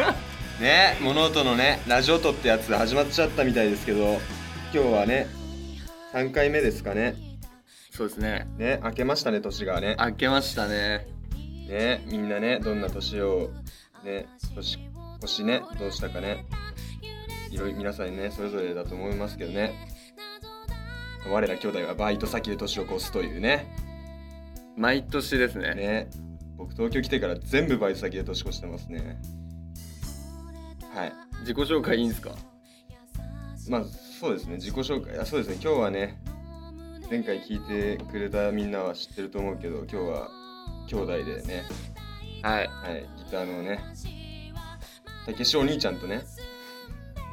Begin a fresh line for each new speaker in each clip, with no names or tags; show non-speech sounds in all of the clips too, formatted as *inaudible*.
*laughs* ね物音のねラジオトってやつ始まっちゃったみたいですけど今日はね3回目ですかね
そうですね
ね明けましたね年がね
開けましたね
ねみんなねどんな年をね年越しねどうしたかねいろいろ皆さんねそれぞれだと思いますけどね我ら兄弟はバイト先で年を越すというね
毎年ですね
ね僕東京来てから全部バイト先で年越してますねはい
自己紹介いいんすか
まあそうですね自己紹介あそうですね今日はね前回聞いてくれたみんなは知ってると思うけど今日は兄弟でね、
はい
はい、ギターのねたけしお兄ちゃんとね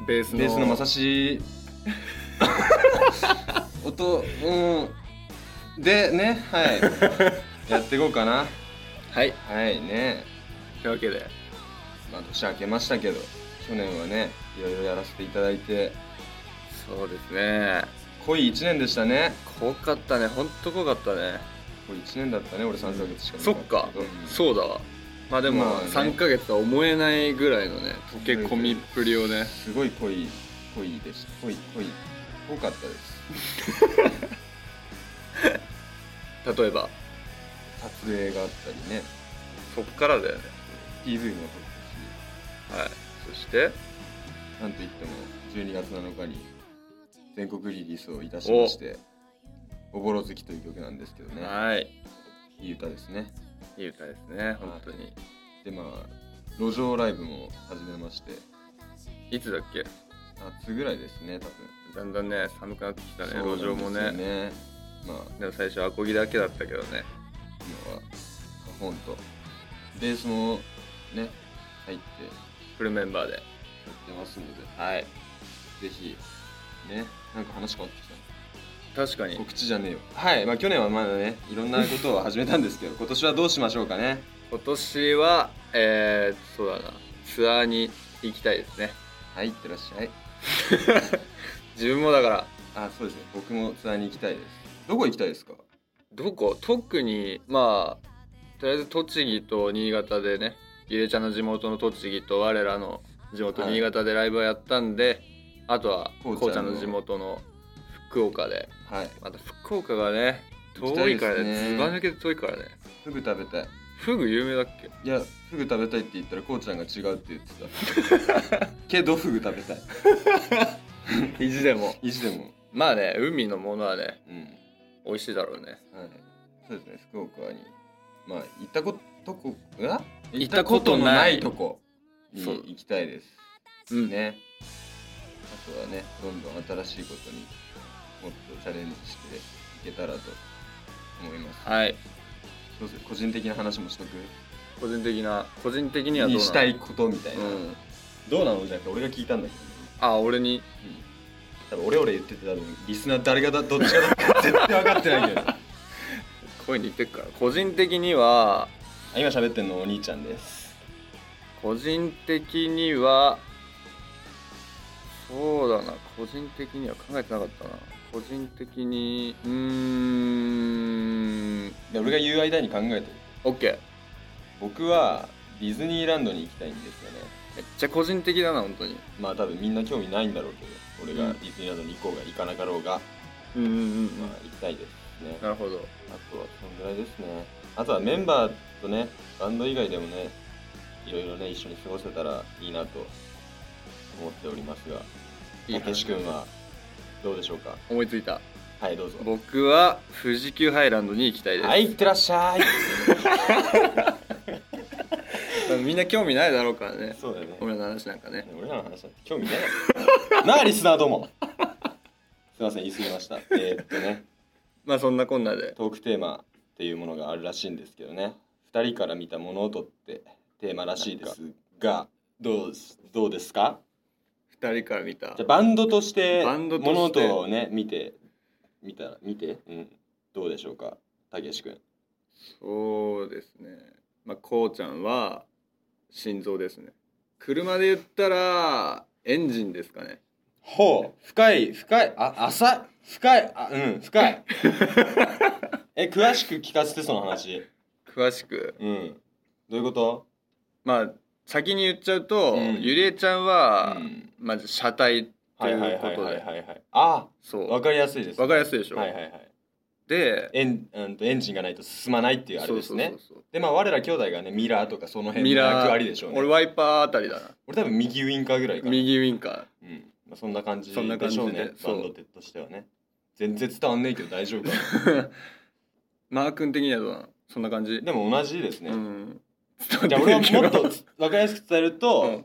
ベースの
ベースのまさし
音うん
でねはいやっていこうかな
*laughs* はい
はいね
というわけで
まあ年明けましたけど去年はねいろいろやらせていただいて
そうですね
濃い1年でしたね
濃かったねほんと濃かったね
濃い1年だったね俺3ヶ月しか
そっか、
う
そうだわまあでも
まあね
3ヶ月とは思えないぐらいのね溶け込みっぷりをね
すごい濃い濃いでした濃い濃い濃かったです
例えば
撮影があったりね
そっからだよね
PV も撮っ
はいそして
たしなんといっても12月7日に全国リリースをいたしまして「おぼろ月」という曲なんですけどね
はい
いい歌ですね
いい歌ですね本当に
でまあ路上ライブも始めまして
いつだっけ
夏ぐらいですね多分
だんだんね寒くなってきたね
そうなん
路上もね
ですよねまあ
でも最初アコギだけだったけどね
今は本とベースもね入ってや
フルメンバーで
ってますので
はい
ぜひねなんか話変わってきた
確かに
告知じゃねえよはい、まあ、去年はまだねいろんなことを始めたん *laughs* ですけど今年はどうしましょうかね
今年はえー、そうだなツアーに行きたいですね
はいいってらっしゃい
自分もだから
あそうですね僕もツアーに行きたいですどこ行きたいですか
どこ特にまあとりあえず栃木と新潟でねゆれちゃんの地元の栃木と我らの地元
はい
新潟でライブをやったんで、あとは
こ
こ
うちゃんの
うちゃんの地元の福岡で
はい
また福岡がね
行きた
遠
い
い
です
から
ね
ねずば抜けて遠いからね
フグ食べたい
フグ有名だっけ
いやフグ食べたいって言ったらこうちゃんが違うって言って *laughs* たけどフグ食べたい
意地でも
*laughs* 意地でも
まあね海のものはね
うん
美味しいだろうね
はい、そうですね、福岡に。まあ、行ったことこ、え
行ったことない
行ったことないとこ
そう
に行きたいです。
うん
ね。あとはね、どんどん新しいことにもっとチャレンジしていけたらと思います。
はい
どうする個人的な話もしとく
個人的な個人的にはどう
に
なの
したいことみたいな。
うん
どうなのじゃなくて、俺が聞いたんだけど、
あ俺に
多分俺俺言ってて多分リスナー誰がだどっちがだか絶対分かってないけどあ
声に言ってっから個人的には
*laughs* 今喋ってんのお兄ちゃんです
個人的にはそうだな個人的には考えてなかったな個人的にうーん
で俺が言う間に考えてる
OK
僕はディズニーランドに行きたいんですよね
めっちゃ個人的だな本当に
まあ多分みんな興味ないんだろうけど俺
う
が
ん
ディズニーランドに行こうが行かなかろうが、
うんうんうん
まあ行きたいですね、あ
なるほ
と
ど
はそんぐらいですねあとはメンバーとねバンド以外でもねいろいろね一緒に過ごせたらいいなと思っておりますが
いい
たけし
話
君はどうでしょうか
思いついた
はいどうぞ
僕は富士急ハイランドに行きたいです、
はい行ってらっしゃい
みんな興味ないだろうからね
*laughs* そうだよね
俺の話なんかね
俺らの話は興味ないなあ *laughs* リスナーどうもすいません言い過ぎましたえーっとね
まあそんなこんなで
トークテーマっていうものがあるらしいんですけどね2人から見た物音ってテーマらしいですがどうすどうですか
2人から見た
じゃあバンドとして
バンドとして
物音をね見て見たら見て、うん、どうでしょうかたけし君
そうですねまあこうちゃんは心臓ですね車で言ったらエンジンですかね
ほう深い深いあ浅い深いあうん深い *laughs* え詳しく聞かせてその話
詳しく
うんどういうこと
まあ先に言っちゃうと、
うん
ゆりえちゃんは、
うん
まず車体と
はいいはいはい
うこ
はい
と
はい
で
はいあ
そう
わかりやすいです
わかりやすいでしょ、
はいはいはい
で
エンうんとエンジンがないと進まないっていうあれですね
そうそう
でまあ我ら兄弟がねミラーとかその
そう
辺
ミ
の
ラ
役
ー
割でしょうね
俺
俺
ワイパーあたりだな
多分右ウインカーぐらいかな
右ウインカー
うんまあ、そんな感じ
そんな
で
感
し
じ
ょ
で
うね
そ
バ
う
ンドテとしてはね全然伝わんねえけど大
*laughs*
丈夫かな
マー君的にはどうなのそんな感じ、
でも同じですね、
うん
じゃあ俺はもっと
*laughs*
つ分かりやすく伝えると、
うん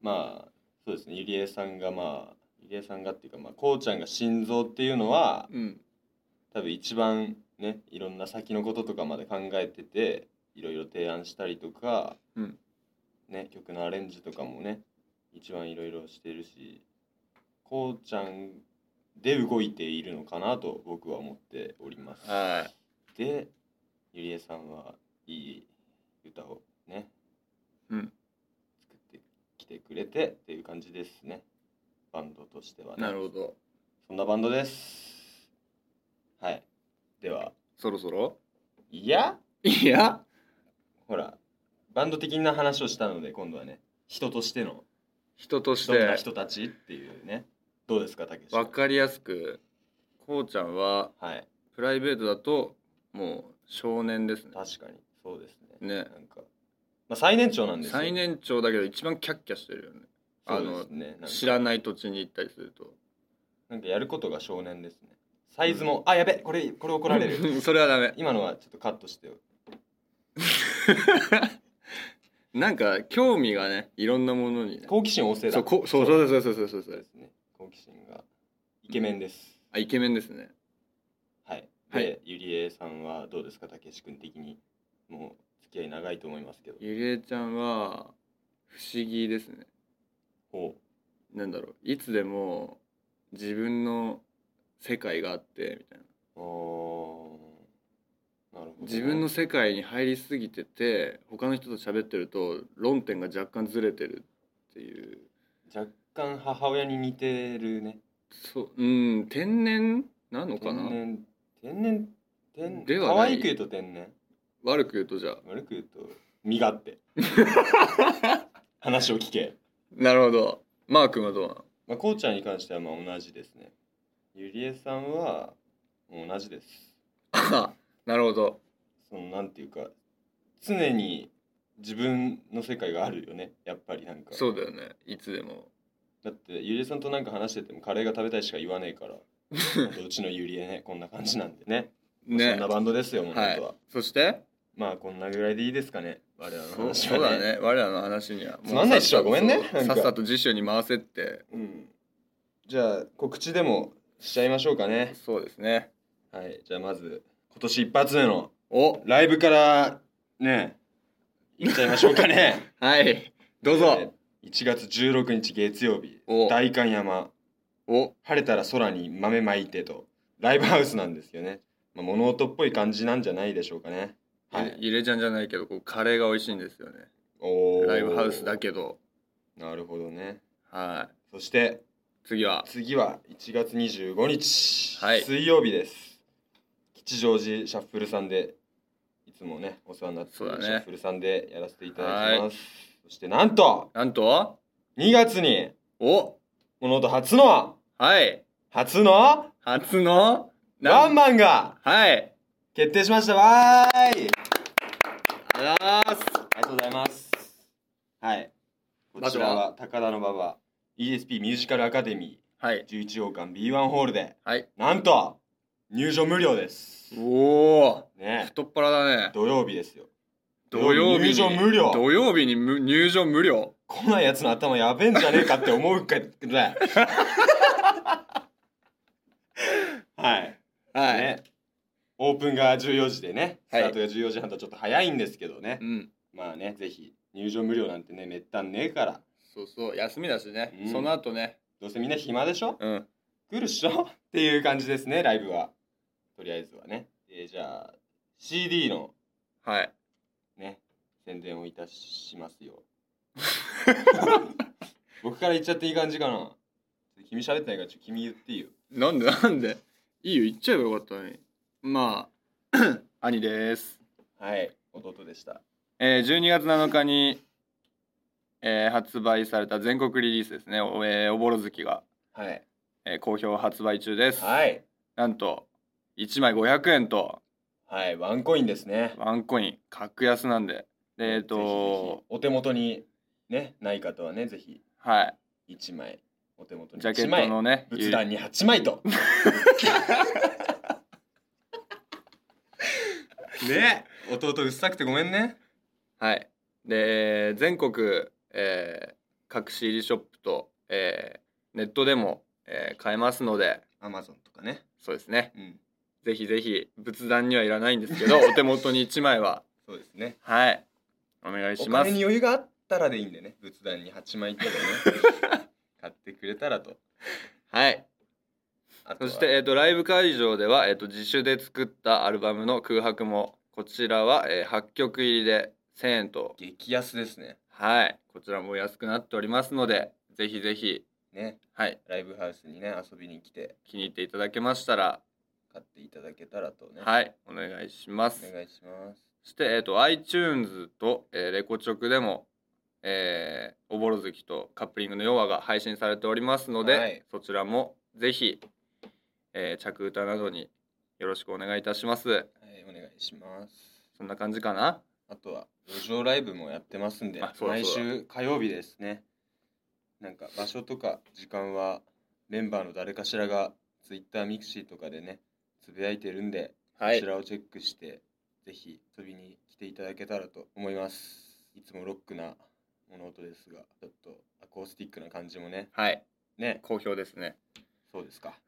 まあそうですねゆりえさんがまあゆりえさんがっていうかまあこうちゃんが心臓っていうのは
うん
多分一番ねいろんな先のこととかまで考えてていろいろ提案したりとか、
うん
ね、曲のアレンジとかもね一番いろいろしてるしこうちゃんで動いているのかなと僕は思っております。
はい
でゆりえさんはいい歌をね、
うん
作ってきてくれてっていう感じですねバンドとしてはね
なるほど
そんなバンドですはいでは
そろそろ
いや
いや
ほらバンド的な話をしたので今度はね人としての
人とし
どんな
て
人たちっていうねどうですかたけし
わかりやすくこうちゃんは
はい
プライベートだともう少年ですね
確かにそうですね
ね
なんか、まあ、最年長なんですよ
最年長だけど一番キャッキャしてるよね
そうですねなんか
知らない土地に行ったりすると
なんかやることが少年ですね。サイズも、あ、やべ、これ、これ怒られる。
*laughs* それはダメ
今のはちょっとカットしてよ。
なんか興味がねいろんなものにね
好奇心旺盛だ。
そうこそうそうそうそうそうそうそ
そう
う
ですね。好奇心が。イケメンです。
あイケメンですね
はい。
はい
で、ゆりえさんはどうですか、たけし君的に。もう付き合い長いと思いますけど。
ゆりえちゃんは不思議ですね
ほ
なんだろういつでも自分の世界があってみたいな
う。おーなるほど、
自分の。世界に入りすぎてて他の人と喋ってると論点が若干ずれてるっていう
若干母親に似てるね。
そううん天然なのか
天
な
然。天然。天
ではない
可愛く言うと天然。
悪く言うとじゃあ
悪く言うと。身勝
*laughs*
手。話を聞け。
なるほどマー君はどうなの
まあ、こうちゃんに関してはまあ同じですね。ゆりえさんは同じです。
あ *laughs* なるほど
そのなんていうか常に自分の世界があるよねやっぱりなんか
そうだよねいつでも
だってゆりえさんとなんか話しててもカレーが食べたいしか言わねえ
*laughs*
からほんとうちのゆりえねこんな感じなんでねそん
ね
なバンドですよもう本
はい
当は、
そして
まあこんなぐらいでいいですかね我々の
そう
話は
そうだね我らの話には
つまんないっしょ
もう
ごめんね
そ
な
う
んか
さっさと辞書に回せって
うん、じゃあ告知でもしちゃいましょうかね
そうですね
はいじゃあまず今年一発目の
お
ライブからね行っちゃいましょうかね
はい *laughs* どうぞ
えー1月16日月曜日
お
代官山
お
晴れたら空に豆まいてとライブハウスなんですよね、まあ、物音っぽい感じなんじゃないでしょうかねはい
ゆれちゃんじゃないけどこうカレーが美味しいんですよね
おー
ライブハウスだけど
なるほどね
は
そして
い次は
次は1月25日、
はい
水曜日です吉祥寺シャッフルさんでいつもねお世話になっている
そうだ
シ
ね
ャッフルさんでやらせていただきます、そしてなんと
なんと
2月に
お
物音初の
はい
初の
初の
ラン
マ
マンが
はい
決定しましたわーい
あらーす
ありがとうございますはいこちらは高田の馬場 ESP ミュージカルアカデミ
はい
ー11王冠 B1 ホールで
はい
なんと入場無料です
おお
ね
太っ腹だね
土曜日ですよ
土曜
入
日に
場無料
土曜日に無入場無料
こんなやつの頭やべえんじゃねえかって思うかぐ *laughs* らいはい、
はい、
ねオープンが14時でねスタ
はい
ートが14時半とちょっと早いんですけどね、
うん
まあねぜひ入場無料なんてねめったんねえから
そうそう休みだしね、
うん
その後ね
どうせみんな暇でしょ
うん
来るっしょ *laughs* っていう感じですねライブはとりあえずはね、えーじゃあ CD の
はい
ね宣伝をいたします
*laughs*
よ僕から言っちゃっていい感じかな君喋ってないからちょっと君言っていいよ
なんでなんでいいよ言っちゃえばよかったのにまあ *clears throat* 兄です
はい弟でした
えー、12月7日にえー発売された全国リリースですね「おえーおぼろ月が」
はい。
えー好評発売中です、
はい。
なんと1枚500円と
はい。ワンコインですね。
ワンコイン格安なんででえ
ぜ
っ、
ひぜ
と
ひお手元にね、ない方はね、ぜひ
はい
1枚。お手元に
ジャケ
1
ット
枚。
のね
仏壇に8枚と。ね弟うっさくてごめんね。
はい。で、全国、えー各 CD ショップと、えーネットでも、えー買えますので、
アマゾンとかね。
そうですね。
うん。
ぜひぜひ、仏壇にはいらないんですけ
*laughs*
ど、お手元に1枚は、
そうですね。
はい。お願い
お
します
金。に余裕があったらでいいんでね。仏壇に8枚とかね。 *laughs* 買ってくれたらと。
はい。
あと
そ
は
して、えっ、と、ライブ会場では、えっ、と、自主で作ったアルバムの空白も、こちらは、え8曲入りで1000円と、
激安ですね。
はい。こちらもお安くなっておりますので、ぜひぜひ、
ね。
はい。
ライブハウスにね、遊びに来て
気に入っていただけましたら、
買っていただけたらとね。
はい。お願いします。
お願いします。
そして、えー、と iTunes と、えーレコチョクでも、えー、おぼろ月とカップリングの弱が配信されておりますので、
はい
そちらもぜひ、えー着歌などによろしくお願いいたします
はい、お願いします。
そんな感じかな
あとは路上ライブもやってますんで
あ、そうだ
毎
そうだ
週火曜日ですね。なんか場所とか時間はメンバーの誰かしらが Twitter、ミクシーとかでね、つぶやいてるんで、
は
こちらをチェックして、ぜひ遊びに来ていただけたらと思います。いつもロックな物音ですが、ちょっとアコースティックな感じもね。
はい
ね、
好評ですね *laughs*
そうですか。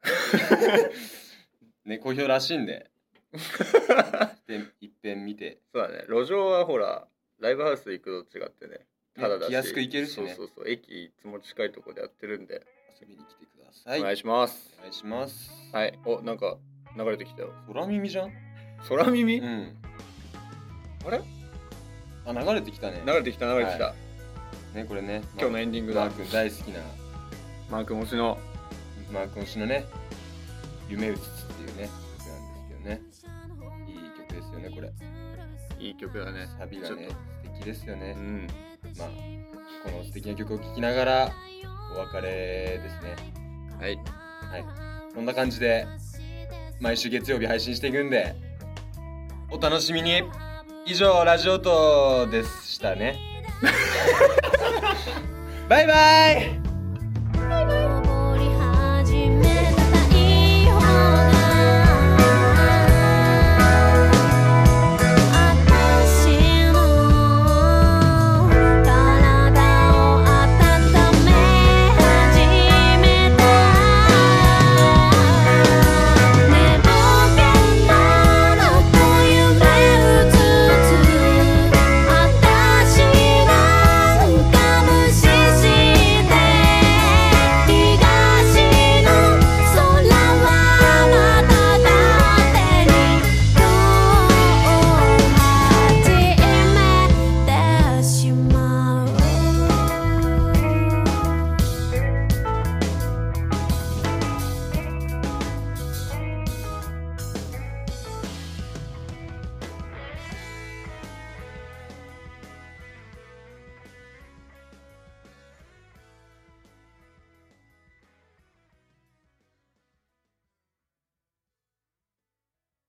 *laughs* ね、好評らしいんで、で一遍見て
そうだね路上はほらライブハウス行くと違ってね
ね気安く行けるしね
うそう駅いつも近いところでやってるんで、
遊びに来てください。
お願いします
お願いします。
はいおなんか流れてきたよ
空耳じゃん。
空耳、
ん。
あれ
あ、流れてきたね。
流れてきた流れてきた、
はね、これね。
今日の
エ
エンディング
マ
だ
ー君大好きな、
マーク推しの
マー君推しのね、夢うつつっていうね、曲なんですけどね。いい曲ですよね、これ。
いい曲だね
サビが
ちょっ
ね
と、
素敵ですよね
う。ん
まあ、この素敵な曲を聴きながら、お別れですね。
はい
はい。こんな感じで、毎週月曜日配信していくんで、お楽しみに以上、ラジオとでしたね。バイバイ